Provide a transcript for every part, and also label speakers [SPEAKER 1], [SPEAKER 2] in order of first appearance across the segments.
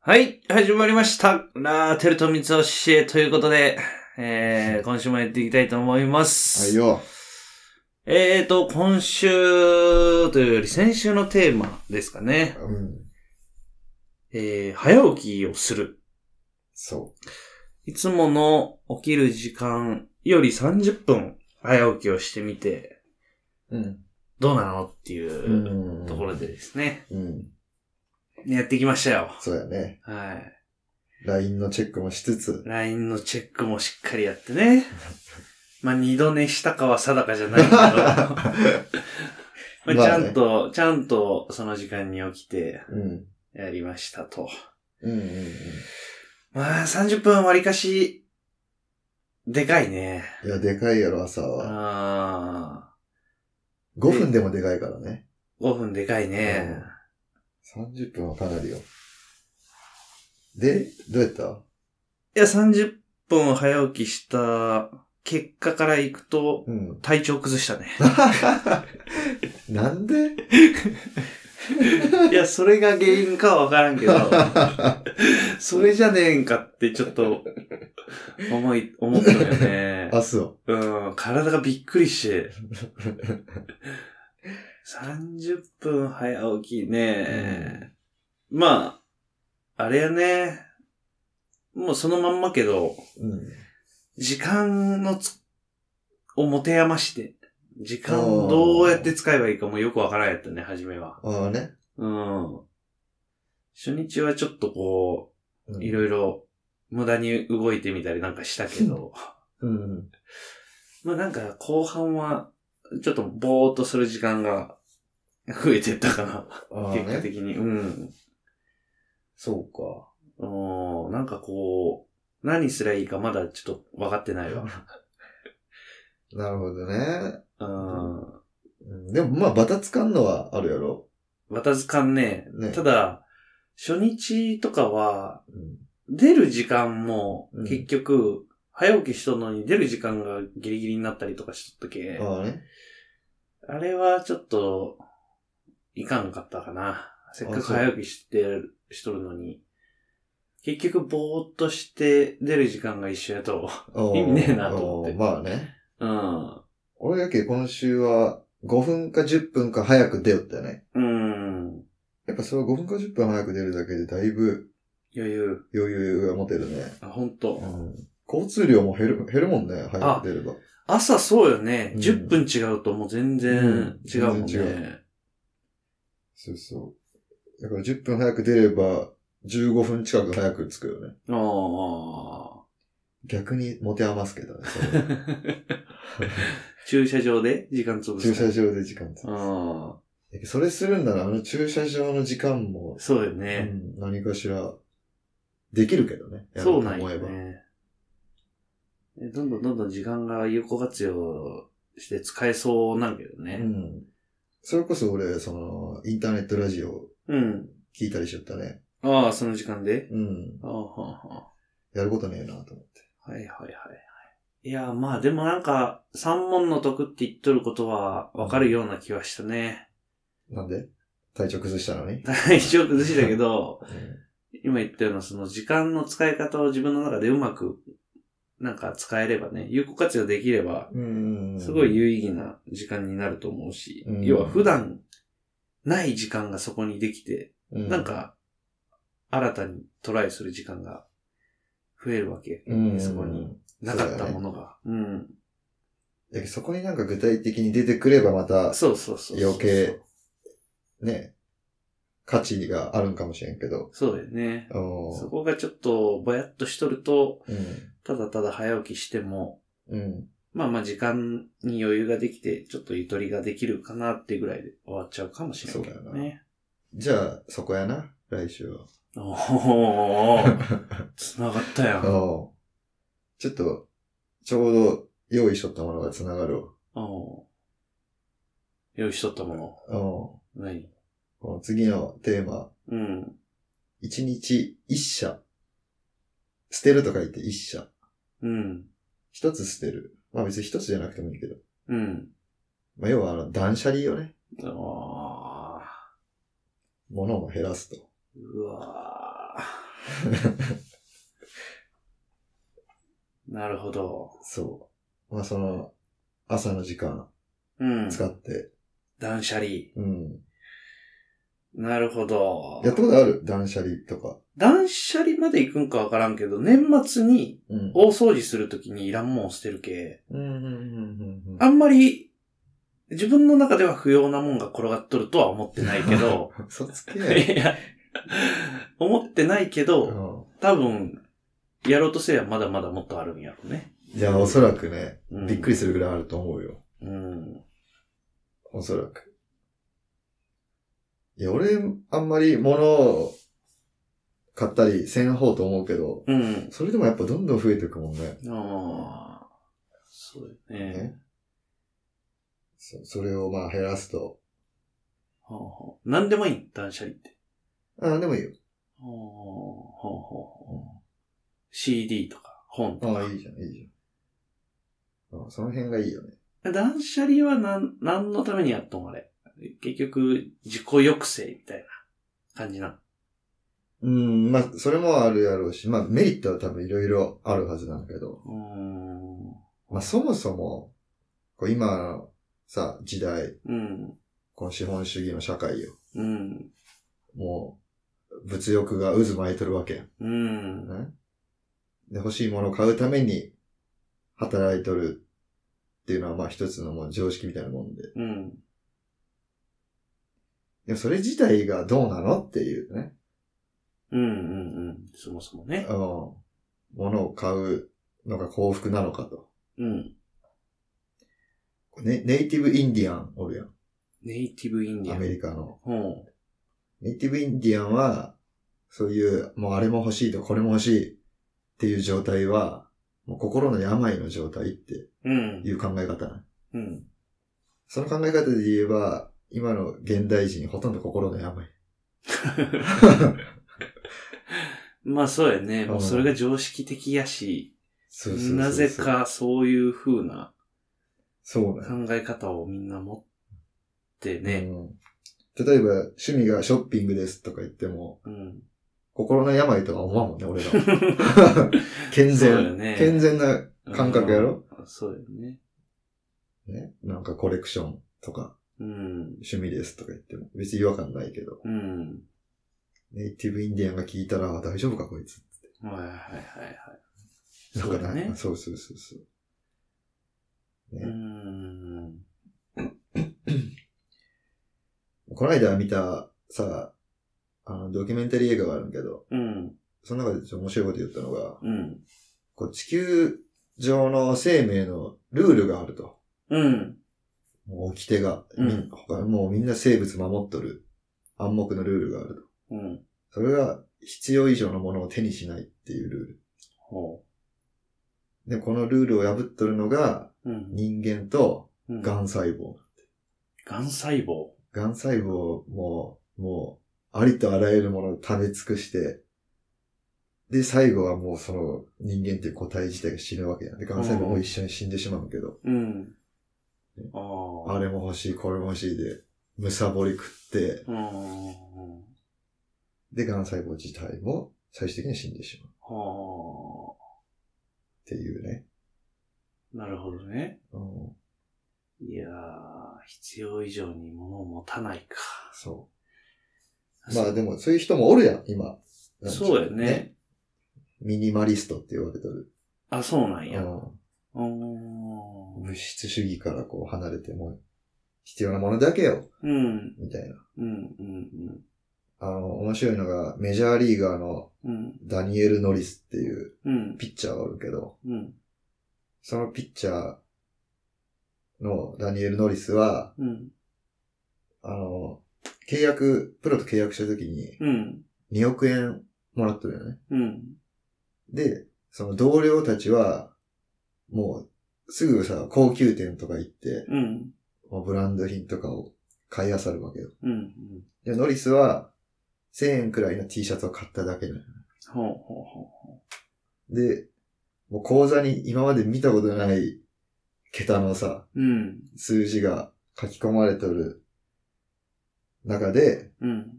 [SPEAKER 1] はい、始まりました。ラーテルと三つ教えということで、えー、今週もやっていきたいと思います。
[SPEAKER 2] はいよ。
[SPEAKER 1] えーと、今週というより先週のテーマですかね。
[SPEAKER 2] うん。
[SPEAKER 1] えー、早起きをする。
[SPEAKER 2] そ
[SPEAKER 1] いつもの起きる時間より30分早起きをしてみて、
[SPEAKER 2] う。うん。
[SPEAKER 1] どうなのっていう
[SPEAKER 2] うん。
[SPEAKER 1] ところでですね。
[SPEAKER 2] うん。
[SPEAKER 1] やってきましたよ。
[SPEAKER 2] そうやね。
[SPEAKER 1] はい。
[SPEAKER 2] LINE のチェックもしつつ。
[SPEAKER 1] LINE のチェックもしっかりやってね。 まあ、二度寝したかは定かじゃないけ ど。まあ、ちゃんと、ちゃんとその時間に起きて
[SPEAKER 2] うん。
[SPEAKER 1] やりましたと。
[SPEAKER 2] うんうんうん。
[SPEAKER 1] まあ、30分割りかし、でかいね。
[SPEAKER 2] いや、でかいやろ、朝は。
[SPEAKER 1] あ
[SPEAKER 2] 5分でもでかいからね。
[SPEAKER 1] ー5分でかいね。
[SPEAKER 2] 30分はかなりよ。で、どうやった
[SPEAKER 1] いや、30分早起きした結果からいくと、
[SPEAKER 2] うん。
[SPEAKER 1] 体調崩した ね。
[SPEAKER 2] なんで
[SPEAKER 1] いや、それが原因かはわからんけど。それじゃねえんかってちょっと、思い、思ったのよね。
[SPEAKER 2] あ、そ
[SPEAKER 1] うん、体がびっくりして。30分早起きね。まあ、あれやね。もうそのまんまけど、
[SPEAKER 2] う。うん。
[SPEAKER 1] 時間のつ、を持て余して、時間をどうやって使えばいいかもよくわからんやったね、初めは。
[SPEAKER 2] ああね。
[SPEAKER 1] うん。初日はちょっとこ
[SPEAKER 2] う
[SPEAKER 1] う、
[SPEAKER 2] ん
[SPEAKER 1] いろいろ無駄に動いてみたりなんかしたけど、
[SPEAKER 2] うん。
[SPEAKER 1] まあなんか後半は、ちょっとぼーっとする時間が 増えてったか
[SPEAKER 2] あ
[SPEAKER 1] な、
[SPEAKER 2] あ
[SPEAKER 1] 結果
[SPEAKER 2] ね。
[SPEAKER 1] 的に。うん。
[SPEAKER 2] そうか。
[SPEAKER 1] おーなんかこう、何すりゃいいかまだちょっと分かってない わ。
[SPEAKER 2] なるほどね。
[SPEAKER 1] うん。
[SPEAKER 2] うんでもまあ、バタつかんのはあるやろ。
[SPEAKER 1] わたずかんね。
[SPEAKER 2] ね
[SPEAKER 1] ただ、初日とかは、
[SPEAKER 2] うん。
[SPEAKER 1] 出る時間も
[SPEAKER 2] うん、
[SPEAKER 1] 結局、早起きしとんのに出る時間がギリギリになったりとかしとったけ、
[SPEAKER 2] ああね。
[SPEAKER 1] あれはちょっと、いかんかったかな。せっかく
[SPEAKER 2] あそう
[SPEAKER 1] 早起きしてる、しとるのに。結局、ぼーっとして出る時間が一緒やと。
[SPEAKER 2] おー
[SPEAKER 1] 意味ねえなと思って
[SPEAKER 2] おーまあね。
[SPEAKER 1] うん。
[SPEAKER 2] 俺やけ今週は5分か10分か早く出よったよね。
[SPEAKER 1] うん。
[SPEAKER 2] やっぱそれは5分か10分早く出るだけでだいぶ
[SPEAKER 1] 余裕。
[SPEAKER 2] 余裕が持てるね。
[SPEAKER 1] あ、ほんと
[SPEAKER 2] う。ん、交通量も減る、減るもんね、早く出れば。
[SPEAKER 1] 朝そうよね。
[SPEAKER 2] うん
[SPEAKER 1] 10分違うともう全然違うもん
[SPEAKER 2] う
[SPEAKER 1] ね。
[SPEAKER 2] ん全然違そうそう。だから10分早く出れば15分近く早く着くよね。
[SPEAKER 1] ああ。
[SPEAKER 2] 逆に持て余すけどね。それ
[SPEAKER 1] 駐車場で時間潰す。
[SPEAKER 2] 駐車場で時間つ
[SPEAKER 1] ああ、
[SPEAKER 2] それするんならあの駐車場の時間も、
[SPEAKER 1] そうよ
[SPEAKER 2] う
[SPEAKER 1] ね。
[SPEAKER 2] ん、何かしらできるけどね。やろ
[SPEAKER 1] そう
[SPEAKER 2] と
[SPEAKER 1] なん
[SPEAKER 2] 思え
[SPEAKER 1] よ
[SPEAKER 2] ば。
[SPEAKER 1] ね。えどんどんどんどん時間が有効活用して使えそうなんけど
[SPEAKER 2] う
[SPEAKER 1] ね。
[SPEAKER 2] ん。それこそ俺、その、インターネットラジオ
[SPEAKER 1] うん。
[SPEAKER 2] 聞いたりしちゃったね。
[SPEAKER 1] ああ、その時間で
[SPEAKER 2] うん。
[SPEAKER 1] ああ、はあは
[SPEAKER 2] やることねえなと思って。
[SPEAKER 1] あはいはいはいはい。いや、まあでもなんか、三問の得って言っとることはわかるような気はしたね。
[SPEAKER 2] なんで体調崩したのに。
[SPEAKER 1] 体調崩しだけ ど、
[SPEAKER 2] うん
[SPEAKER 1] 今言ったようなその時間の使い方を自分の中でうまく、なんか使えればね、有効活用できれば、
[SPEAKER 2] うん。
[SPEAKER 1] すごい有意義な時間になると思うし、
[SPEAKER 2] うん
[SPEAKER 1] 要は普段ない時間がそこにできて、
[SPEAKER 2] うん
[SPEAKER 1] なん、か新たにトライする時間が増えるわけ。
[SPEAKER 2] うん。
[SPEAKER 1] そこになかったものが。うん。
[SPEAKER 2] だけどそこになんか具体的に出てくればまた、
[SPEAKER 1] そうそうそうそう。
[SPEAKER 2] 余計。ね、価値があるんかもしれんけど。
[SPEAKER 1] そうだよね。
[SPEAKER 2] お
[SPEAKER 1] そ
[SPEAKER 2] ー
[SPEAKER 1] こがちょっとぼやっとしとると、
[SPEAKER 2] うん。
[SPEAKER 1] ただただ早起きしても、
[SPEAKER 2] うん。
[SPEAKER 1] まあまあ時間に余裕ができて、ちょっとゆとりができるかなってぐらいで終わっちゃうかもしれないけ
[SPEAKER 2] そ
[SPEAKER 1] ど
[SPEAKER 2] うだよ
[SPEAKER 1] ね。
[SPEAKER 2] じゃあ、そこやな。来週は。
[SPEAKER 1] おー、繋がったやん。
[SPEAKER 2] おーちょっと、ちょうど用意しとったものが繋がるわ。
[SPEAKER 1] うん。用意しとったもの。
[SPEAKER 2] うん。
[SPEAKER 1] 何
[SPEAKER 2] この次のテーマ、
[SPEAKER 1] うん。
[SPEAKER 2] 一日一社。捨てると書いて一社。
[SPEAKER 1] うん。
[SPEAKER 2] 一つ捨てる。まあ別に一つじゃなくてもいいけど。
[SPEAKER 1] うん。
[SPEAKER 2] まあ要はあの断捨離をね、
[SPEAKER 1] ああ。
[SPEAKER 2] 物を減らすと。
[SPEAKER 1] うわあ。なるほど。
[SPEAKER 2] そう。まあその、朝の時間
[SPEAKER 1] うん。
[SPEAKER 2] 使って。
[SPEAKER 1] 断捨離。
[SPEAKER 2] うん。
[SPEAKER 1] なるほど。
[SPEAKER 2] やったことある断捨離とか。
[SPEAKER 1] 断捨離まで行くんかわからんけど、年末に
[SPEAKER 2] うん
[SPEAKER 1] 大掃除するときにいらんもん捨てるけ。
[SPEAKER 2] うんうんうんうん
[SPEAKER 1] あんまり、自分の中では不要なもんが転がっとるとは思ってないけど、
[SPEAKER 2] うん。 嘘つ け。
[SPEAKER 1] いや、思ってないけ
[SPEAKER 2] う
[SPEAKER 1] ど、
[SPEAKER 2] ん
[SPEAKER 1] 多分、やろうとすればまだまだもっとあるんやろうね。
[SPEAKER 2] いや、おそらくね、
[SPEAKER 1] うん
[SPEAKER 2] びっくりするぐらいあると思うよ。
[SPEAKER 1] うん。
[SPEAKER 2] おそらく。いや、俺、あんまり物を買ったりせん方と思うけど、
[SPEAKER 1] うん。
[SPEAKER 2] それでもやっぱどんどん増えていくもんね。
[SPEAKER 1] ああ。そうだよね
[SPEAKER 2] ね。そそれをまあ減らすと。
[SPEAKER 1] ほうほう何でもいい、断捨離って。
[SPEAKER 2] ああ、でもいいよ。
[SPEAKER 1] ほうほうほうほう CD とか本と
[SPEAKER 2] あ
[SPEAKER 1] か。
[SPEAKER 2] あ、いいじゃん、いいじゃん。ああその辺がいいよね。
[SPEAKER 1] 断捨離はなん、何のためにやっとんあれ。結局、自己抑制みたいな感じな。
[SPEAKER 2] うん、まあ、それもあるやろうし、まあ、メリットは多分いろいろあるはずなんだけど、
[SPEAKER 1] うーん。
[SPEAKER 2] まあ、そもそも、こう今のさ、時代、
[SPEAKER 1] うん。
[SPEAKER 2] この資本主義の社会よ。
[SPEAKER 1] うん。
[SPEAKER 2] もう、物欲が渦巻いとるわけやん。
[SPEAKER 1] うん。
[SPEAKER 2] ねで、欲しいものを買うために、働いとるっていうのは、まあ一つのもう常識みたいなもんで。
[SPEAKER 1] うん。
[SPEAKER 2] でもそれ自体がどうなのっていうね。
[SPEAKER 1] うん。うん。うん。そもそもね
[SPEAKER 2] う。ん。ものを買うのが幸福なのかと。
[SPEAKER 1] うん。
[SPEAKER 2] ね、ネイティブインディアンおるやん。
[SPEAKER 1] ネイティブインディ
[SPEAKER 2] ア
[SPEAKER 1] ア
[SPEAKER 2] メ
[SPEAKER 1] ン。
[SPEAKER 2] リカの。
[SPEAKER 1] ほ
[SPEAKER 2] ネイティブインディアンは、そういう、もうあれも欲しいとこれも欲しいっていう状態は、もう心の病の状態って
[SPEAKER 1] う。うん
[SPEAKER 2] い。う考え方なの
[SPEAKER 1] うん。
[SPEAKER 2] その考え方で言えば、今の現代人ほとんど心の病。
[SPEAKER 1] まあそうやね。
[SPEAKER 2] うん
[SPEAKER 1] もうそれが常識的やし、
[SPEAKER 2] そ
[SPEAKER 1] なぜ。かそういう風な
[SPEAKER 2] そうなの
[SPEAKER 1] 考え方をみんな持ってね。
[SPEAKER 2] うん例えば、趣味がショッピングですとか言っても、
[SPEAKER 1] うん。
[SPEAKER 2] 心の病とは思わんもんね、俺 ら。健
[SPEAKER 1] そうだよ
[SPEAKER 2] 全、
[SPEAKER 1] ね
[SPEAKER 2] 健全な、感覚やろ
[SPEAKER 1] うんそうよね。
[SPEAKER 2] ね、なんかコレクションとか、
[SPEAKER 1] うん。
[SPEAKER 2] 趣味ですとか言っても、別に違和感ないけど、
[SPEAKER 1] うん。
[SPEAKER 2] ネイティブインディアンが聞いたら、大丈夫かこいつ。
[SPEAKER 1] はいはいはいはい。
[SPEAKER 2] なん
[SPEAKER 1] そう
[SPEAKER 2] か
[SPEAKER 1] だね
[SPEAKER 2] なそうそうそうそう。
[SPEAKER 1] うーん。
[SPEAKER 2] この間見た、さ、あの、ドキュメンタリー映画があるんだけど、
[SPEAKER 1] うん。
[SPEAKER 2] その中でちょっと面白いこと言ったのが、
[SPEAKER 1] うん。
[SPEAKER 2] こう地球上の生命のルールがあると。
[SPEAKER 1] うん。
[SPEAKER 2] もう掟が、
[SPEAKER 1] うん
[SPEAKER 2] み他もうみんな生物守っとる暗黙のルールがあると。
[SPEAKER 1] うん。
[SPEAKER 2] それが必要以上のものを手にしないっていうル
[SPEAKER 1] ほ
[SPEAKER 2] ール。で、このルールを破っとるのが
[SPEAKER 1] う。うん。
[SPEAKER 2] 人間と
[SPEAKER 1] うん
[SPEAKER 2] 癌細胞。
[SPEAKER 1] がん細胞。
[SPEAKER 2] 癌細胞も、もう、ありとあらゆるものを食べ尽くして、で、最後はもうその人間っていう個体自体が死ぬわけやん。で、癌細胞も一緒に死んでしまうんだけど、
[SPEAKER 1] うん
[SPEAKER 2] ね。
[SPEAKER 1] ああ。
[SPEAKER 2] あれも欲しい、これも欲しいで、むさぼり食って、
[SPEAKER 1] うん。は
[SPEAKER 2] で、癌細胞自体も最終的に死んでしまうっていうね。
[SPEAKER 1] あ。なるほどね。
[SPEAKER 2] うん、
[SPEAKER 1] いやー、必要以上に物を持たないか。
[SPEAKER 2] そう。まあでも、そういう人もおるやん、今。
[SPEAKER 1] そうやね。
[SPEAKER 2] ミニマリストって言われてる。
[SPEAKER 1] あ、そうなんや。
[SPEAKER 2] う
[SPEAKER 1] うーん
[SPEAKER 2] ん、物質主義からこう離れても、必要なものだけよ、
[SPEAKER 1] うん。
[SPEAKER 2] みたいな。
[SPEAKER 1] うん。うん。
[SPEAKER 2] あの、面白いのが、メジャーリーガーの
[SPEAKER 1] うん。
[SPEAKER 2] ダニエル・ノリスっていう
[SPEAKER 1] うん。
[SPEAKER 2] ピッチャーがおるけど、
[SPEAKER 1] うん。
[SPEAKER 2] そのピッチャーのダニエル・ノリスは、
[SPEAKER 1] うん。
[SPEAKER 2] あの、契約、プロと契約したときに
[SPEAKER 1] うん。
[SPEAKER 2] 2億円もらってるよね。
[SPEAKER 1] うん。
[SPEAKER 2] で、その同僚たちは、もう、すぐさ、高級店とか行って、
[SPEAKER 1] うん。
[SPEAKER 2] もうブランド品とかを買い漁るわけよ。
[SPEAKER 1] うん。
[SPEAKER 2] で、ノリスは、1000円くらいの T シャツを買っただけなのよ
[SPEAKER 1] ほうほうほう。
[SPEAKER 2] で、もう口座に今まで見たことない桁のさ、
[SPEAKER 1] うん。
[SPEAKER 2] 数字が書き込まれとる中で、
[SPEAKER 1] うん。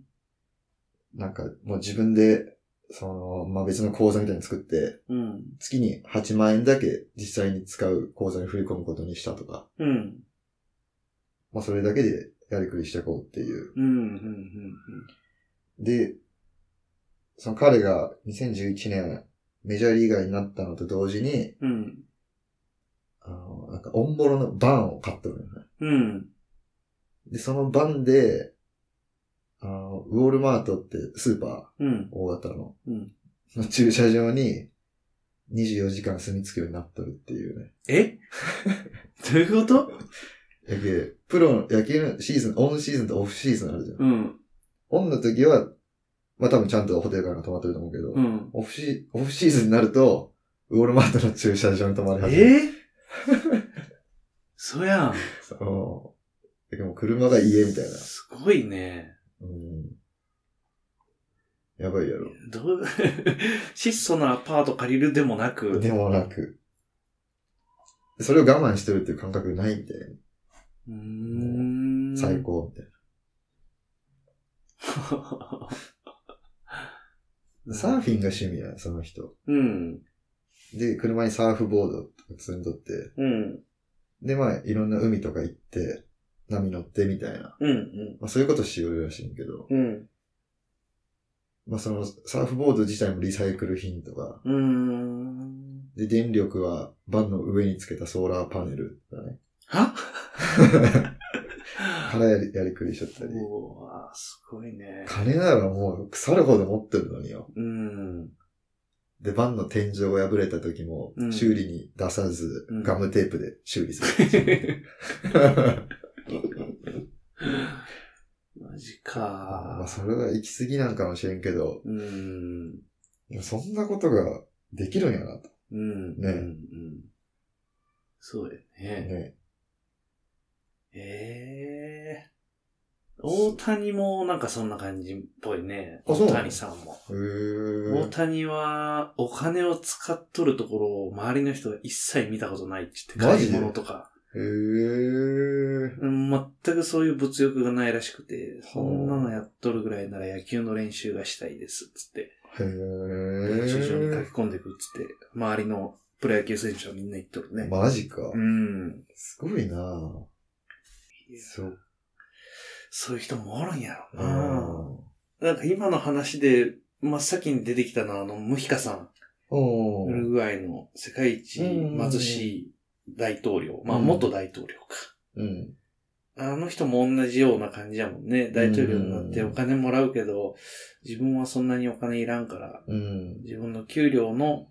[SPEAKER 2] なんかもう自分でその、まあ、別の口座みたいに作って、
[SPEAKER 1] うん。
[SPEAKER 2] 月に8万円だけ実際に使う口座に振り込むことにしたとか、
[SPEAKER 1] うん。
[SPEAKER 2] まあ、それだけでやりくりしていこうっていう。
[SPEAKER 1] うん。うん。
[SPEAKER 2] で、その彼が2011年メジャーリーガーになったのと同時に、
[SPEAKER 1] うん。うん。
[SPEAKER 2] あの、なんか、オンボロのバンを買ったのよね。
[SPEAKER 1] うん。
[SPEAKER 2] で、そのバンで、あの、ウォールマートってスーパ
[SPEAKER 1] うん
[SPEAKER 2] ー、。大型の、
[SPEAKER 1] うん
[SPEAKER 2] の駐車場に、24時間住み着くようになっとるっていうね。
[SPEAKER 1] えどういうこと
[SPEAKER 2] 野球、プロの野球のシーズン、オンシーズンとオフシーズンあるじゃん。
[SPEAKER 1] うん。
[SPEAKER 2] オンの時は、まあ多分ちゃんとホテルから泊まってると思うけど、
[SPEAKER 1] うん。
[SPEAKER 2] オフシ、オフシーズンになると、ウォールマートの駐車場に泊まり始める。
[SPEAKER 1] えー、そやん。
[SPEAKER 2] その、でも車が家みたいな。
[SPEAKER 1] すごいね。
[SPEAKER 2] うん。やばいやろ。
[SPEAKER 1] どう、質素なアパート借りるでもなく。
[SPEAKER 2] でもなく。それを我慢してるっていう感覚ないみたいな。
[SPEAKER 1] うーん。
[SPEAKER 2] 最。高みたいな。サーフィンが趣味や、その人。
[SPEAKER 1] うん。
[SPEAKER 2] で、車にサーフボードとか積んどって、
[SPEAKER 1] うん。
[SPEAKER 2] で、まあ、いろんな海とか行って、波乗ってみたいな。
[SPEAKER 1] うん。うん。
[SPEAKER 2] まあ、そういうことしよるらしいんだけど、
[SPEAKER 1] うん。
[SPEAKER 2] まあ、その、サーフボード自体もリサイクル品とか、
[SPEAKER 1] うーん。
[SPEAKER 2] で、電力はバンの上につけたソーラーパネルとかね。
[SPEAKER 1] は
[SPEAKER 2] からやりやりくりしちゃったり。
[SPEAKER 1] うわすごいね。
[SPEAKER 2] 金ならもう腐るほど持ってるのによ。
[SPEAKER 1] うん。
[SPEAKER 2] で、バンの天井が破れた時も
[SPEAKER 1] う、ん
[SPEAKER 2] 修理に出さず、
[SPEAKER 1] うん
[SPEAKER 2] ガムテープで修理す る。
[SPEAKER 1] マジ
[SPEAKER 2] まあ、
[SPEAKER 1] か。
[SPEAKER 2] それは行き過ぎなんかもしれんけど、
[SPEAKER 1] うん。
[SPEAKER 2] でもそんなことができるんやなと。
[SPEAKER 1] うん。うん
[SPEAKER 2] ね
[SPEAKER 1] うん。そうやね。
[SPEAKER 2] ね。
[SPEAKER 1] ええ大谷もなんかそんな感じっぽいね。
[SPEAKER 2] あそ
[SPEAKER 1] 大
[SPEAKER 2] うなの
[SPEAKER 1] 谷さんも。
[SPEAKER 2] う
[SPEAKER 1] 大
[SPEAKER 2] ー
[SPEAKER 1] 谷はお金を使っとるところを周りの人が一切見たことないって言って
[SPEAKER 2] マ
[SPEAKER 1] 買
[SPEAKER 2] ジ
[SPEAKER 1] い
[SPEAKER 2] で
[SPEAKER 1] 物とか。
[SPEAKER 2] えー。
[SPEAKER 1] うん全くそういう物欲がないらしくて、そんなのやっとるぐらいなら野球の練習がしたいですっつって、
[SPEAKER 2] へ
[SPEAKER 1] 練習場に書
[SPEAKER 2] ー。
[SPEAKER 1] き込んでくっつって、周りのプロ野球選手はみんな言っとるね。
[SPEAKER 2] マジか。
[SPEAKER 1] うん。
[SPEAKER 2] すごいなぁそう
[SPEAKER 1] そういう人もおるんやろ
[SPEAKER 2] か。
[SPEAKER 1] な。なんか今の話で、真っ先に出てきたのは、あの、ムヒカさん。
[SPEAKER 2] お
[SPEAKER 1] ウル
[SPEAKER 2] ー。
[SPEAKER 1] グアイの世界一貧しい大統領。まあ、
[SPEAKER 2] うん
[SPEAKER 1] 元大統領
[SPEAKER 2] うん。
[SPEAKER 1] か。あの人も同じような感じやもんね。大統領になって
[SPEAKER 2] うん
[SPEAKER 1] お金もらうけど、自分はそんなにお金いらんから、
[SPEAKER 2] うん。
[SPEAKER 1] 自分の給料の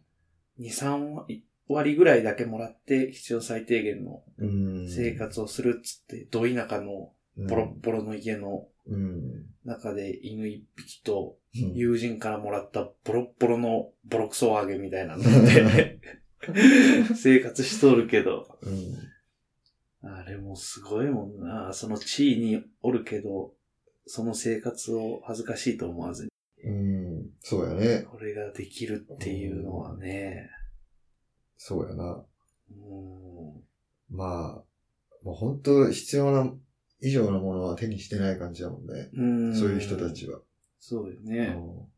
[SPEAKER 1] 2、3割割ぐらいだけもらって、必要最低限の
[SPEAKER 2] うん。
[SPEAKER 1] 生活をするっつって、ど田舎の
[SPEAKER 2] うん。
[SPEAKER 1] ボロッボロの家の
[SPEAKER 2] うん。
[SPEAKER 1] 中で犬一匹と
[SPEAKER 2] うん。
[SPEAKER 1] 友人からもらったボロッボロのボロクソ揚げみたいなの で生活しとるけど、
[SPEAKER 2] うん。
[SPEAKER 1] あれもすごいもんな。その地位におるけど、その生活を恥ずかしいと思わずに、
[SPEAKER 2] うん。そうやね。
[SPEAKER 1] これができるっていうのはね、
[SPEAKER 2] そうやな。
[SPEAKER 1] うん
[SPEAKER 2] まあ、もう本当必要な以上のものは手にしてない感じだもんね。
[SPEAKER 1] うん
[SPEAKER 2] そういう人た。ちは。
[SPEAKER 1] そうよ
[SPEAKER 2] う
[SPEAKER 1] ね。
[SPEAKER 2] ん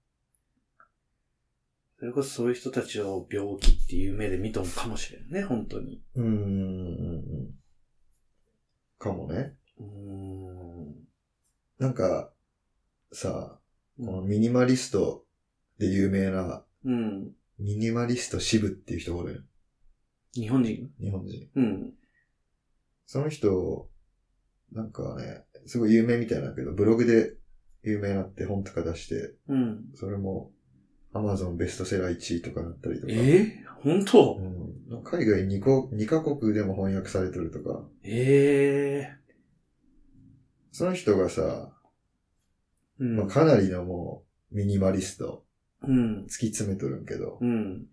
[SPEAKER 1] それこそそういう人たちを病気っていう目で見とんかもしれんね、本当に。
[SPEAKER 2] うんうんうん。かもね。
[SPEAKER 1] うん。
[SPEAKER 2] なんか、さ、この
[SPEAKER 1] う
[SPEAKER 2] ミニマリストで有名な、
[SPEAKER 1] ん。
[SPEAKER 2] ミニマリスト支部っていう人がおるよ
[SPEAKER 1] 日本人
[SPEAKER 2] 日本人。
[SPEAKER 1] うん。
[SPEAKER 2] その人、なんかね、すごい有名みたいなんだけど、ブログで有名になって本とか出して、
[SPEAKER 1] うん。
[SPEAKER 2] それも、アマゾンベストセラー1位とかだったりとか。
[SPEAKER 1] え本当
[SPEAKER 2] うん、海外 2, 個2カ国でも翻訳されてるとか、
[SPEAKER 1] ええ
[SPEAKER 2] その人がさ、
[SPEAKER 1] う
[SPEAKER 2] まあ、
[SPEAKER 1] ん。
[SPEAKER 2] かなりのもう、ミニマリスト、
[SPEAKER 1] うん
[SPEAKER 2] 突。き詰めとるんけど、
[SPEAKER 1] うん。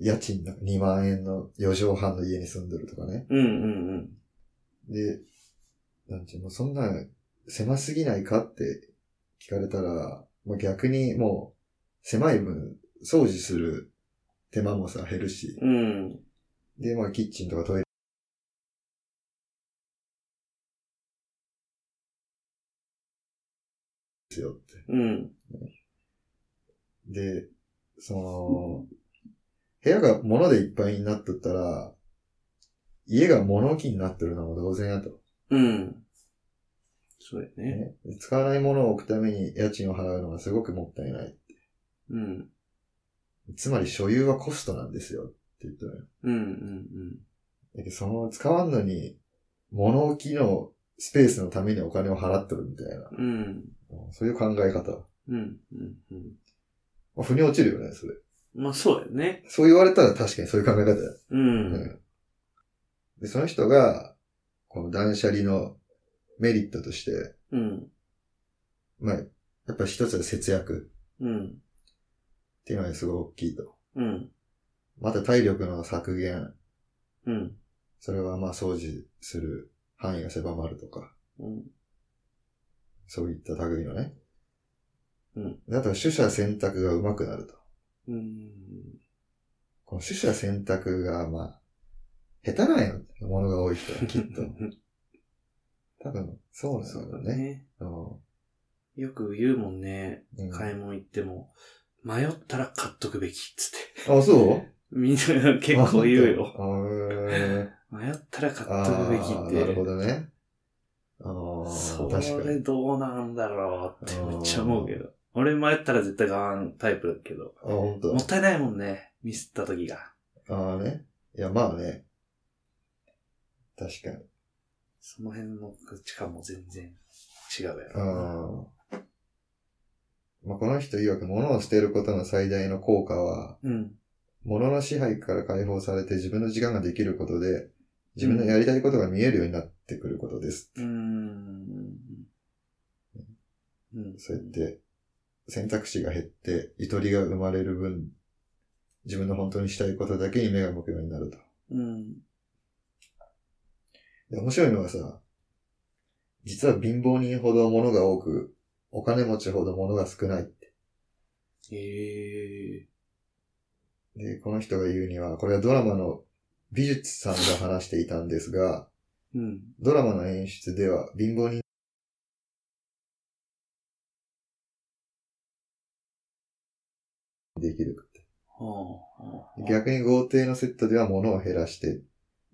[SPEAKER 2] 家賃なんか2万円の4畳半の家に住んでるとかね。
[SPEAKER 1] うん。うん。
[SPEAKER 2] で、なんちゅうの、そんな、狭すぎないかって聞かれたら、まあ、逆にもう、狭い分、掃除する手間もさ、減るし、
[SPEAKER 1] うん。
[SPEAKER 2] で、まあ、キッチンとかトイレですよって。
[SPEAKER 1] うん。
[SPEAKER 2] で、その、部屋が物でいっぱいになっとったら、家が物置になってるのも同然やと。
[SPEAKER 1] うん。そうやね。
[SPEAKER 2] ね、使わないものを置くために家賃を払うのはすごくもったいない。
[SPEAKER 1] うん。
[SPEAKER 2] つまり所有はコストなんですよって言ったのよ。
[SPEAKER 1] うん、うん、
[SPEAKER 2] だけどその使わんのに、物置のスペースのためにお金を払っとるみたいな。
[SPEAKER 1] うん。うん、
[SPEAKER 2] うんそういう考え方。
[SPEAKER 1] うん、うん。うん
[SPEAKER 2] まあ、腑に落ちるよね、それ。
[SPEAKER 1] まあ、そうやね。
[SPEAKER 2] そう言われたら確かにそういう考え方だよ。
[SPEAKER 1] う。
[SPEAKER 2] うんんで、その人が、この断捨離のメリットとして、
[SPEAKER 1] うん、
[SPEAKER 2] まあ、やっぱ一つは節約
[SPEAKER 1] うん、
[SPEAKER 2] っていうのがすごい大きいと。
[SPEAKER 1] うん、
[SPEAKER 2] また体力の削減、
[SPEAKER 1] うん、
[SPEAKER 2] それはまあ掃除する範囲が狭まるとか、
[SPEAKER 1] うん、
[SPEAKER 2] そういった類のね。
[SPEAKER 1] うん。
[SPEAKER 2] あとは取捨選択が上手くなると。
[SPEAKER 1] うん、
[SPEAKER 2] この取捨選択がまあ、下手なんよ。物が多い人はきっ と。多分、そうなんだ
[SPEAKER 1] そ
[SPEAKER 2] ろ
[SPEAKER 1] う
[SPEAKER 2] う
[SPEAKER 1] だ
[SPEAKER 2] ね。
[SPEAKER 1] ね。
[SPEAKER 2] う
[SPEAKER 1] よく言うもんね。
[SPEAKER 2] ん。
[SPEAKER 1] 買い物行っても、迷ったら買っとくべきっつって。
[SPEAKER 2] あ、そう
[SPEAKER 1] みんな結構言うよ。
[SPEAKER 2] あ。本当あー
[SPEAKER 1] 迷ったら買っとくべき
[SPEAKER 2] あ
[SPEAKER 1] っ
[SPEAKER 2] ー、なるほ
[SPEAKER 1] て。
[SPEAKER 2] どね。ああ、
[SPEAKER 1] そ
[SPEAKER 2] 確か
[SPEAKER 1] れ
[SPEAKER 2] に。
[SPEAKER 1] どうなんだろうってめっちゃ思うけど。俺迷ったら絶対買わんタイプだけど。
[SPEAKER 2] あ、本当
[SPEAKER 1] も。ったいないもんね。ミスった時が。
[SPEAKER 2] ああね。いや、まあね。確かに。
[SPEAKER 1] その辺の価も全然違うや
[SPEAKER 2] ああ
[SPEAKER 1] ろ。。
[SPEAKER 2] まあ、この人曰く物を捨てることの最大の効果は、
[SPEAKER 1] うん。
[SPEAKER 2] 物の支配から解放されて自分の時間ができることで、自分のやりたいことが見えるようになってくることです。
[SPEAKER 1] うーん。うん。
[SPEAKER 2] そうやって、選択肢が減って、ゆとりが生まれる分、自分の本当にしたいことだけに目が向くようになると。
[SPEAKER 1] うん。
[SPEAKER 2] で、面白いのはさ、実は貧乏人ほど物が多く、お金持ちほど物が少ない。
[SPEAKER 1] ええ
[SPEAKER 2] で、この人が言うには、これはドラマの美術さんが話していたんですが、
[SPEAKER 1] うん。
[SPEAKER 2] ドラマの演出では貧乏人できる。
[SPEAKER 1] はあはあ。
[SPEAKER 2] 逆に豪邸のセットでは物を減らして、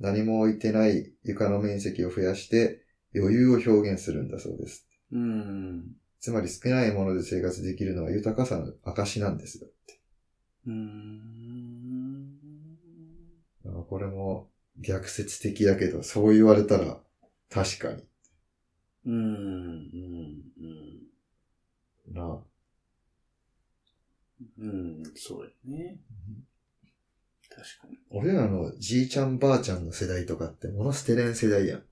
[SPEAKER 2] 何も置いてない床の面積を増やして余裕を表現するんだそうです。
[SPEAKER 1] うん。
[SPEAKER 2] つまり少ないもので生活できるのは豊かさの証なんですよ。
[SPEAKER 1] うーん。
[SPEAKER 2] あのこれも逆説的だけど、そう言われたら確かに
[SPEAKER 1] うん。うん。
[SPEAKER 2] な。
[SPEAKER 1] うん。うん。そうやね。確かに。
[SPEAKER 2] 俺らのじいちゃんばあちゃんの世代とかって物捨てれん世代やん。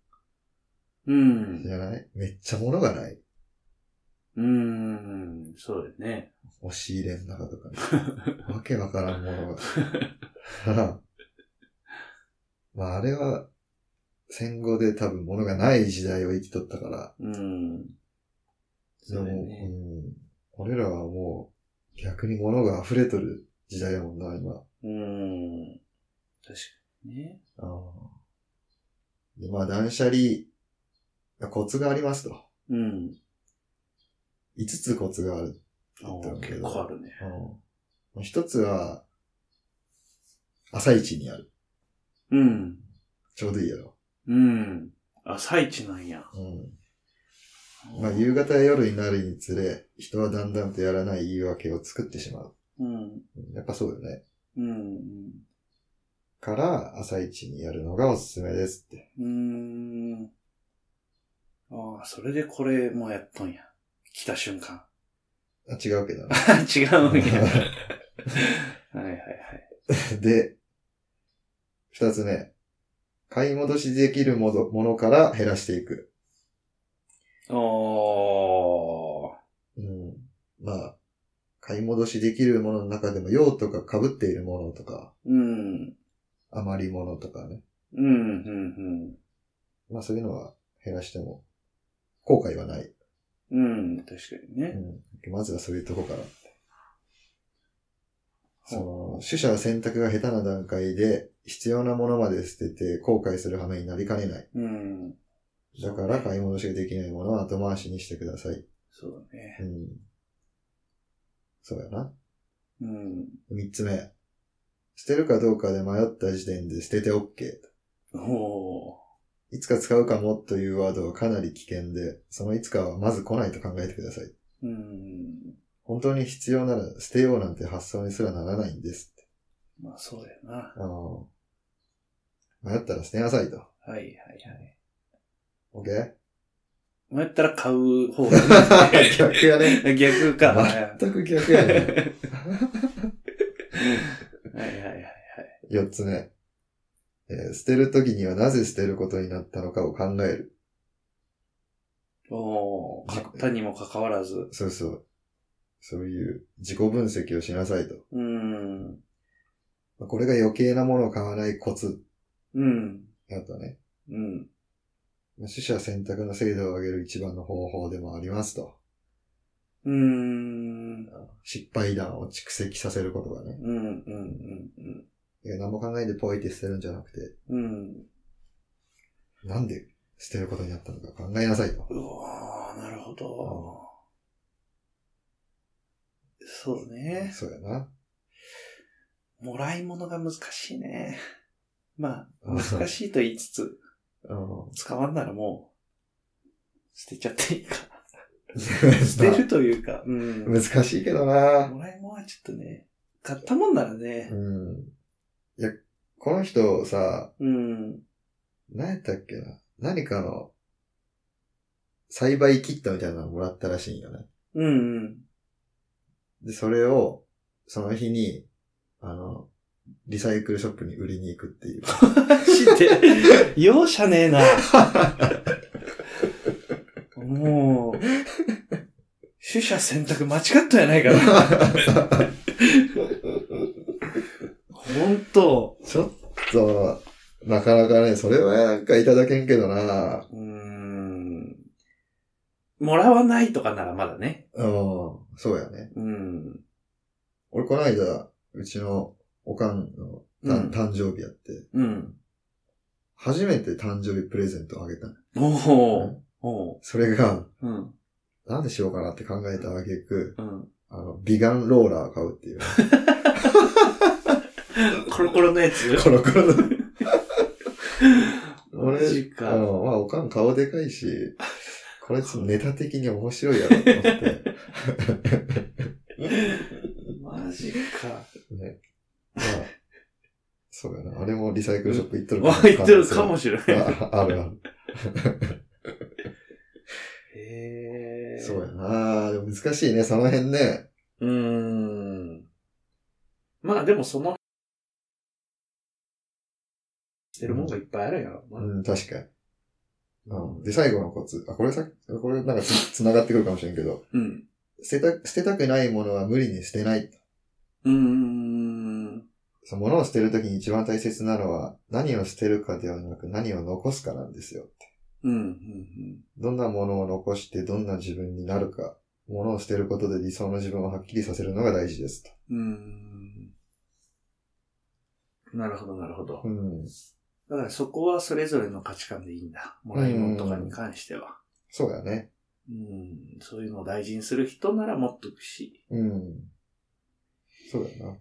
[SPEAKER 1] う
[SPEAKER 2] じ
[SPEAKER 1] ん。
[SPEAKER 2] ゃないめっちゃ物がない。
[SPEAKER 1] うん。そうやね。
[SPEAKER 2] 押し入れの中と かに。わけわからんもの が。まああれは戦後で多分物がない時代を生きとったから。
[SPEAKER 1] うん。
[SPEAKER 2] で
[SPEAKER 1] そう
[SPEAKER 2] も
[SPEAKER 1] や
[SPEAKER 2] う、
[SPEAKER 1] ね。
[SPEAKER 2] ん、俺らはもう逆に物が溢れとる時代やもんな、今。
[SPEAKER 1] うん。確かにね。
[SPEAKER 2] あーで、まあ、断捨離、コツがありますと。
[SPEAKER 1] うん。
[SPEAKER 2] 5つコツがある。
[SPEAKER 1] あー結構あるね。
[SPEAKER 2] うん。一つは、朝一にある。
[SPEAKER 1] うん。
[SPEAKER 2] ちょうどいいやろ。
[SPEAKER 1] うん。朝一なんや。
[SPEAKER 2] うん。まあ、夕方や夜になるにつれ、人はだんだんとやらない言い訳を作ってしまう。
[SPEAKER 1] うん。
[SPEAKER 2] うんやっぱそうよね。
[SPEAKER 1] うん。
[SPEAKER 2] から、朝一にやるのがおすすめですって。
[SPEAKER 1] うん。うーん。ああ、それでこれもやっとんや。来た瞬間。
[SPEAKER 2] あ、違うけどな。
[SPEAKER 1] 違うんや。はいはいはい。
[SPEAKER 2] で、二つ目。買い戻しできるものものから減らしていく。
[SPEAKER 1] おー。
[SPEAKER 2] うん。まあ、買い戻しできるものの中でも用途が被っているものとか、
[SPEAKER 1] うん。
[SPEAKER 2] 余り物とかね。
[SPEAKER 1] うん、うん、
[SPEAKER 2] まあそういうのは減らしても後悔はない。
[SPEAKER 1] うん。うん、確かに
[SPEAKER 2] う
[SPEAKER 1] ね。
[SPEAKER 2] ん。まずはそういうとこから。そ
[SPEAKER 1] ほ
[SPEAKER 2] の、取捨選択が下手な段階で必要なものまで捨てて後悔する羽目になりかねない。
[SPEAKER 1] うん。
[SPEAKER 2] だから買い戻しができないものは後回しにしてください。
[SPEAKER 1] そうだね。
[SPEAKER 2] うん。そうやな。
[SPEAKER 1] うん。
[SPEAKER 2] 三つ目。捨てるかどうかで迷った時点で捨てて OK。
[SPEAKER 1] おー。
[SPEAKER 2] いつか使うかもというワードはかなり危険で、そのいつかはまず来ないと考えてください。
[SPEAKER 1] うん。
[SPEAKER 2] 本当に必要なら捨てようなんて発想にすらならないんですって。
[SPEAKER 1] まあ、そうだよな。
[SPEAKER 2] あの、迷ったら捨てなさいと。
[SPEAKER 1] はいはいはい。
[SPEAKER 2] OK?
[SPEAKER 1] 迷ったら買う方がいい。
[SPEAKER 2] 逆やね。
[SPEAKER 1] 逆か。はい
[SPEAKER 2] 全く逆やね。
[SPEAKER 1] はいはい。
[SPEAKER 2] 四つ目。えー捨てるときにはなぜ捨てることになったのかを考える。
[SPEAKER 1] おー。買ったにもかかわらず。
[SPEAKER 2] そうそう。そういう自己分析をしなさいと。
[SPEAKER 1] うん。
[SPEAKER 2] まあこれが余計なものを買わないコツ
[SPEAKER 1] うん。
[SPEAKER 2] だとね。
[SPEAKER 1] うん。
[SPEAKER 2] まあ取捨選択の精度を上げる一番の方法でもありますと。
[SPEAKER 1] うん。
[SPEAKER 2] 失敗談を蓄積させることがね。
[SPEAKER 1] うん。うん。うん。
[SPEAKER 2] いや、何も考えてポイって捨てるんじゃなくて、
[SPEAKER 1] うん。
[SPEAKER 2] なんで捨てることになったのか考えなさいと。
[SPEAKER 1] うわー、なるほど。そうね。
[SPEAKER 2] そうやな。
[SPEAKER 1] もらい物が難しいね。まあ、
[SPEAKER 2] あそう
[SPEAKER 1] 難しいと言いつつ、
[SPEAKER 2] うん。
[SPEAKER 1] 使わんならもう、捨てちゃっていいか。捨てるというか、うん。も
[SPEAKER 2] 難しいけどな。
[SPEAKER 1] らい物はちょっとね、買ったもんならね
[SPEAKER 2] う、ん。いや、この人さ、
[SPEAKER 1] うん。
[SPEAKER 2] 何やったっけな何かの、栽培キットみたいなのもらったらしいんよね。
[SPEAKER 1] うん、うん。
[SPEAKER 2] で、それを、その日に、あの、リサイクルショップに売りに行くっていう。
[SPEAKER 1] マジで、容赦ねえな。もう、取捨選択間違ったやないかな。ほんと。
[SPEAKER 2] ちょっと、なかなかね、それはなんかいただけんけどな
[SPEAKER 1] うーん。もらわないとかならまだね。
[SPEAKER 2] うん、そうやね。
[SPEAKER 1] うん。
[SPEAKER 2] 俺この間、うちのおかんの
[SPEAKER 1] う
[SPEAKER 2] 誕
[SPEAKER 1] ん。
[SPEAKER 2] 誕生日やって、
[SPEAKER 1] うん。
[SPEAKER 2] 初めて誕生日プレゼントをあげたの。
[SPEAKER 1] お
[SPEAKER 2] う
[SPEAKER 1] ー
[SPEAKER 2] ん
[SPEAKER 1] おー
[SPEAKER 2] それが、
[SPEAKER 1] うん。
[SPEAKER 2] なんでしようかなって考えたあげく、
[SPEAKER 1] うん。
[SPEAKER 2] あの、ビガンローラー買うっていう。
[SPEAKER 1] コロコロのやつ
[SPEAKER 2] コロコ ロの。
[SPEAKER 1] マジ
[SPEAKER 2] あ
[SPEAKER 1] か。
[SPEAKER 2] の、まあ、おかん顔でかいし、これちょっとネタ的に面白いやろと思 って。
[SPEAKER 1] マジか。
[SPEAKER 2] ね。まあ、そうやな。あれもリサイクルショップ行っとる
[SPEAKER 1] わ、言ってるかもしれない。
[SPEAKER 2] あある ある。
[SPEAKER 1] へー
[SPEAKER 2] そうやな。でも難しいね、その辺ね。
[SPEAKER 1] うーん。まあでもその、してるもんがいっぱいあるんやろうな。
[SPEAKER 2] うん、確かに。うん、で、最後のコツ。あ、これさこれなんかつ繋がってくるかもしれんけど、
[SPEAKER 1] うん。
[SPEAKER 2] 捨てた、捨てたくないものは無理に捨てない。
[SPEAKER 1] うーん。
[SPEAKER 2] その物を捨てるときに一番大切なのは、何を捨てるかではなく何を残すかなんですよ。
[SPEAKER 1] うん。うん。
[SPEAKER 2] どんなものを残してどんな自分になるか、物を捨てることで理想の自分をはっきりさせるのが大事ですと。
[SPEAKER 1] うん。なるほど、なるほど
[SPEAKER 2] う。ん。
[SPEAKER 1] だからそこはそれぞれの価値観でいいんだ。もらい物とかに関しては。
[SPEAKER 2] そうだね。
[SPEAKER 1] うん。そういうのを大事にする人なら持っとくし。
[SPEAKER 2] うん。そうだな。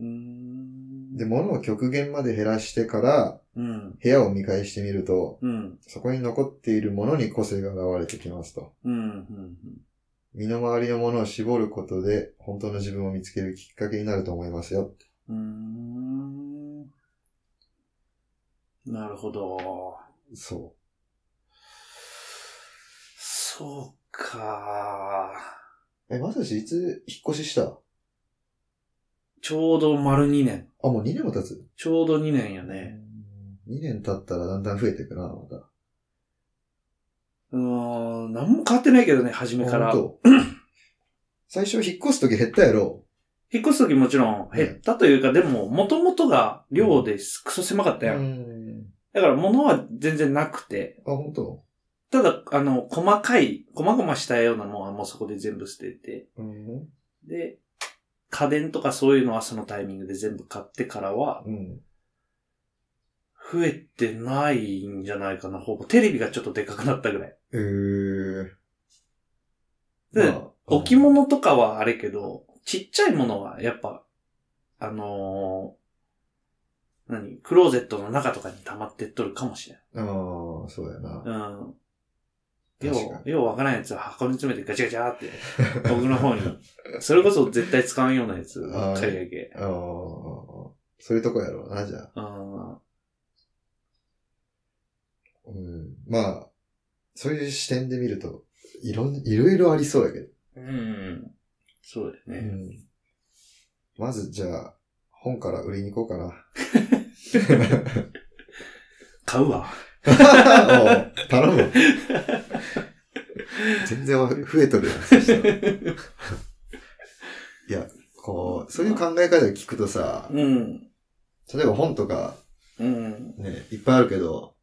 [SPEAKER 1] うーん。
[SPEAKER 2] で、、物を極限まで減らしてから、
[SPEAKER 1] うん。
[SPEAKER 2] 部屋を見返してみると、
[SPEAKER 1] うん。
[SPEAKER 2] そこに残っているものに個性が現れてきますと。
[SPEAKER 1] うん。うん。
[SPEAKER 2] 身の回りのものを絞ることで、本当の自分を見つけるきっかけになると思いますよ。
[SPEAKER 1] うーん。なるほど。
[SPEAKER 2] そ
[SPEAKER 1] そうか。
[SPEAKER 2] う。え、まさし、いつ引っ越ししたあ、
[SPEAKER 1] ちょうど丸2年。
[SPEAKER 2] もう2年も経つ。
[SPEAKER 1] ちょうど2年やね。
[SPEAKER 2] 2年経ったらだんだん増えていくな、また。
[SPEAKER 1] うーん、何も変わってないけどね、初めから。
[SPEAKER 2] 本当 最初引っ越すとき減ったやろ。
[SPEAKER 1] 引っ越すときもちろん減ったというか、でも、元々が量ですクソ狭かった
[SPEAKER 2] う
[SPEAKER 1] よ。
[SPEAKER 2] ん。
[SPEAKER 1] だから物は全然なくて、
[SPEAKER 2] あ、本当
[SPEAKER 1] ただ、あの、細かい、細々したようなものはもうそこで全部捨てて、
[SPEAKER 2] うん。
[SPEAKER 1] で、家電とかそういうのはそのタイミングで全部買ってからは、
[SPEAKER 2] うん。
[SPEAKER 1] 増えてないんじゃないかな、ほぼ。テレビがちょっとでかくなったぐらい。
[SPEAKER 2] えー。
[SPEAKER 1] で
[SPEAKER 2] まあ
[SPEAKER 1] 置物とかはあれけど、ちっちゃいものは、やっぱ、あのー何クローゼットの中とかに溜まってっとるかもしれん。
[SPEAKER 2] ああ、そうやな。
[SPEAKER 1] うん。よ
[SPEAKER 2] 確か
[SPEAKER 1] う、ようわからんやつを箱に詰めてガチャガチャって、僕の方に。 それこそ絶対使わんようなやつ、
[SPEAKER 2] あー
[SPEAKER 1] 刈り上げ。
[SPEAKER 2] ああ、そういうとこやろうな、じゃあ。
[SPEAKER 1] うん。
[SPEAKER 2] うん。まあ、そういう視点で見ると、いろん、いろいろありそうやけど。
[SPEAKER 1] うん。そうだよね。
[SPEAKER 2] ん。まず、じゃあ、本から売りに行こうかな。
[SPEAKER 1] 買うわ。
[SPEAKER 2] おう頼む。全然増えとるやん、そしたら。いや、こう、そういう考え方を聞くとさ、
[SPEAKER 1] うん。
[SPEAKER 2] 例えば本とか
[SPEAKER 1] うん。
[SPEAKER 2] ね、いっぱいあるけど、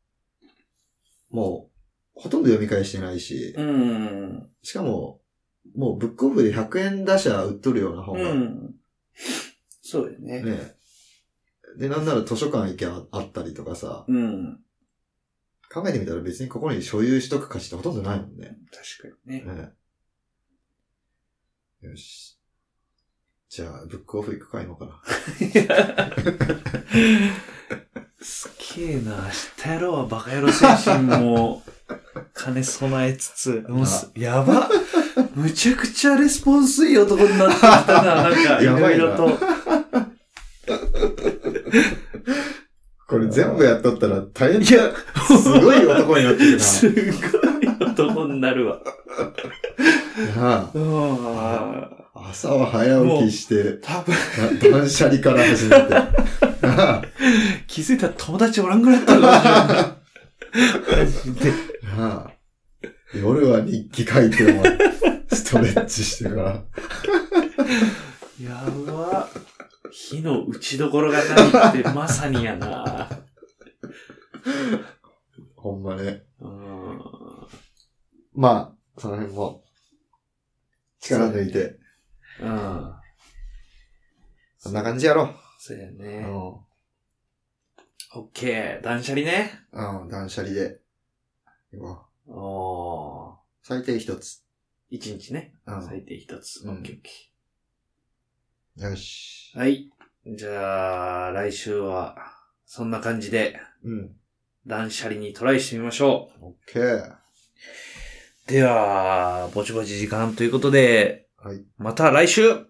[SPEAKER 2] もう、ほとんど読み返してないし、
[SPEAKER 1] うん。
[SPEAKER 2] しかも、もうブックオフで100円打者売っとるような本
[SPEAKER 1] う
[SPEAKER 2] が、
[SPEAKER 1] ん。そうだよね。
[SPEAKER 2] ね。で、なんなら図書館行きゃあったりとかさ、
[SPEAKER 1] うん。
[SPEAKER 2] 考えてみたら別にここに所有しとく価値ってほとんどないもんね。
[SPEAKER 1] 確かにね。
[SPEAKER 2] ねよし。じゃあ、ブックオフ行くか、今から。
[SPEAKER 1] すっげえな。明日やろうはバカ野郎精神も、金備えつつ、もうす、や ばむちゃくちゃレスポンスいい男になってきたな、なんか、い
[SPEAKER 2] やば
[SPEAKER 1] ろい
[SPEAKER 2] いな
[SPEAKER 1] ろと。
[SPEAKER 2] これ全部やっとったら大変
[SPEAKER 1] いや、
[SPEAKER 2] すごい男になってる
[SPEAKER 1] すごい男になるわ。
[SPEAKER 2] な。な
[SPEAKER 1] あ
[SPEAKER 2] あ朝は早起きして、
[SPEAKER 1] 多分、
[SPEAKER 2] な断捨離から始めて。なあ
[SPEAKER 1] 気づいたら友達おらんぐらいだったのかもしれ んマジで。
[SPEAKER 2] なあ夜は日記書いて、お前、ストレッチしてから。
[SPEAKER 1] やば。火の打ちどころがないってまさにやな。
[SPEAKER 2] ほんまね。
[SPEAKER 1] うん。
[SPEAKER 2] まあ、その辺も、力抜いて、
[SPEAKER 1] うん。
[SPEAKER 2] そんな感じやろう。
[SPEAKER 1] そうや
[SPEAKER 2] う
[SPEAKER 1] ね。
[SPEAKER 2] ん。
[SPEAKER 1] オッケー。断捨離ね。
[SPEAKER 2] うん、断捨離で。行こう
[SPEAKER 1] おー。
[SPEAKER 2] 最低一つ。
[SPEAKER 1] 一日ね。
[SPEAKER 2] うん。
[SPEAKER 1] 最低一つ。
[SPEAKER 2] うん
[SPEAKER 1] オッケーオッケ
[SPEAKER 2] よし
[SPEAKER 1] ー。。はい。じゃあ、来週は、そんな感じで、
[SPEAKER 2] うん。
[SPEAKER 1] 断捨離にトライしてみましょ
[SPEAKER 2] オッケー。
[SPEAKER 1] う。では、ぼちぼち時間ということで、
[SPEAKER 2] はい。
[SPEAKER 1] また来週